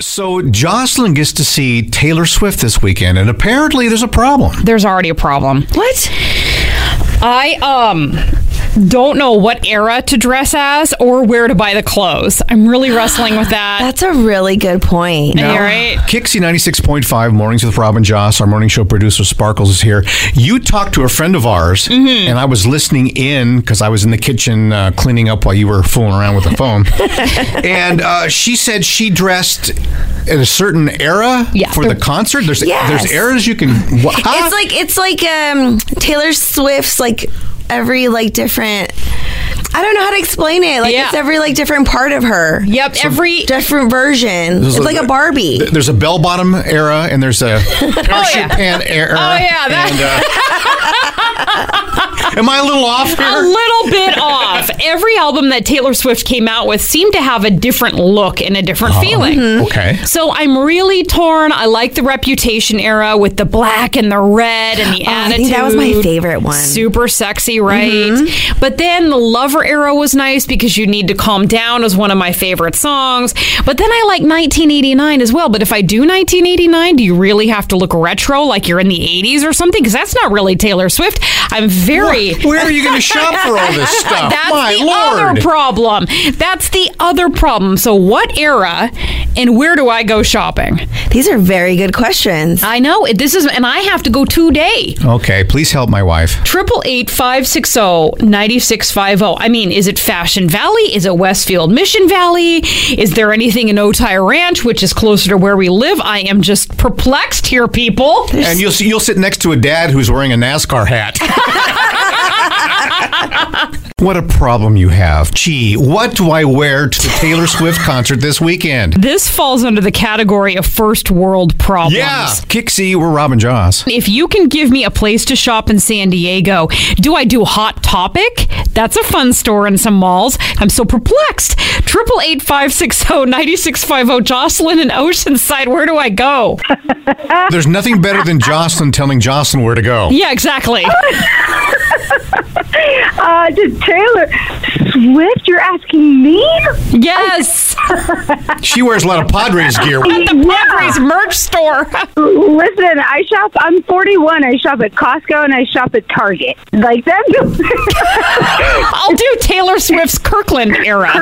So Jocelyn gets to see Taylor Swift this weekend, and apparently there's a problem. There's already a problem. What? I um don't know what era to dress as or where to buy the clothes. I'm really wrestling with that. That's a really good point. All right. Kixie 96.5 Mornings with Robin Joss, our morning show producer Sparkles is here. You talked to a friend of ours, and I was listening in because I was in the kitchen uh, cleaning up while you were fooling around with the phone. and uh, she said she dressed in a certain era Yeah. for the concert. There's Yes. there's eras you can. Ah, What, huh? Uh, It's like it's like um Taylor Swift's like every like different I don't know how to explain it. Like Yeah. it's every like different part of her. Yep. every Different version. It's like a Barbie. There's a bell bottom era, and there's a parachute Oh, yeah. pant era. Oh, yeah, and, uh, am I a little off here? a little bit off. Every album that Taylor Swift came out with seemed to have a different look and a different feeling. Okay. So I'm really torn. I like the Reputation era with the black and the red and the Oh, I attitude. think that was my favorite one. Mm-hmm. Super sexy, right? But then the Lover era was nice because you need to calm down is one of my favorite songs. But then I like 1989 as well. But if I do 1989, do you really have to look retro like you're in the 80s or something? Because that's not really Taylor Swift. I'm very Where are you going to shop for all this stuff? that's My the lord. other problem. That's the other problem. So, what era and where do I go shopping? These are very good questions. I know it- this is, and I have to go today. okay, please help my wife. Triple eight five six zero ninety six five zero. I mean, is it Fashion Valley? Is it Westfield Mission Valley? Is there anything in Otay Ranch, which is closer to where we live? I am just perplexed here, people. And you'll see, you'll sit next to a dad who's wearing a NASCAR hat. what a problem you have. Gee, what do I wear to the Taylor Swift concert this weekend? This falls under the category of first world problems. Yeah, Kixie, we're Robin Joss. If you can give me a place to shop in San Diego, do I do Hot Topic? That's a fun store in some malls. I'm so perplexed. Triple eight five six zero ninety six five zero. Jocelyn and Oceanside. Where do I go? There's nothing better than Jocelyn telling Jocelyn where to go. Yeah, exactly. Uh, to Taylor Swift, you're asking me? Yes, She wears a lot of Padres gear. at the Padres merch store. Listen, I shop. I'm 41. I shop at Costco and I shop at Target. Like that. I'll do Taylor Swift's Kirkland era.